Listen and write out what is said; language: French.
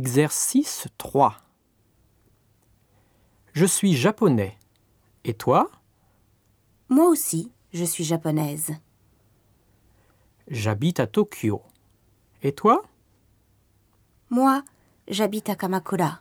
Exercice 3 Je suis japonais. Et toi Moi aussi, je suis japonaise. J'habite à Tokyo. Et toi Moi, j'habite à Kamakura.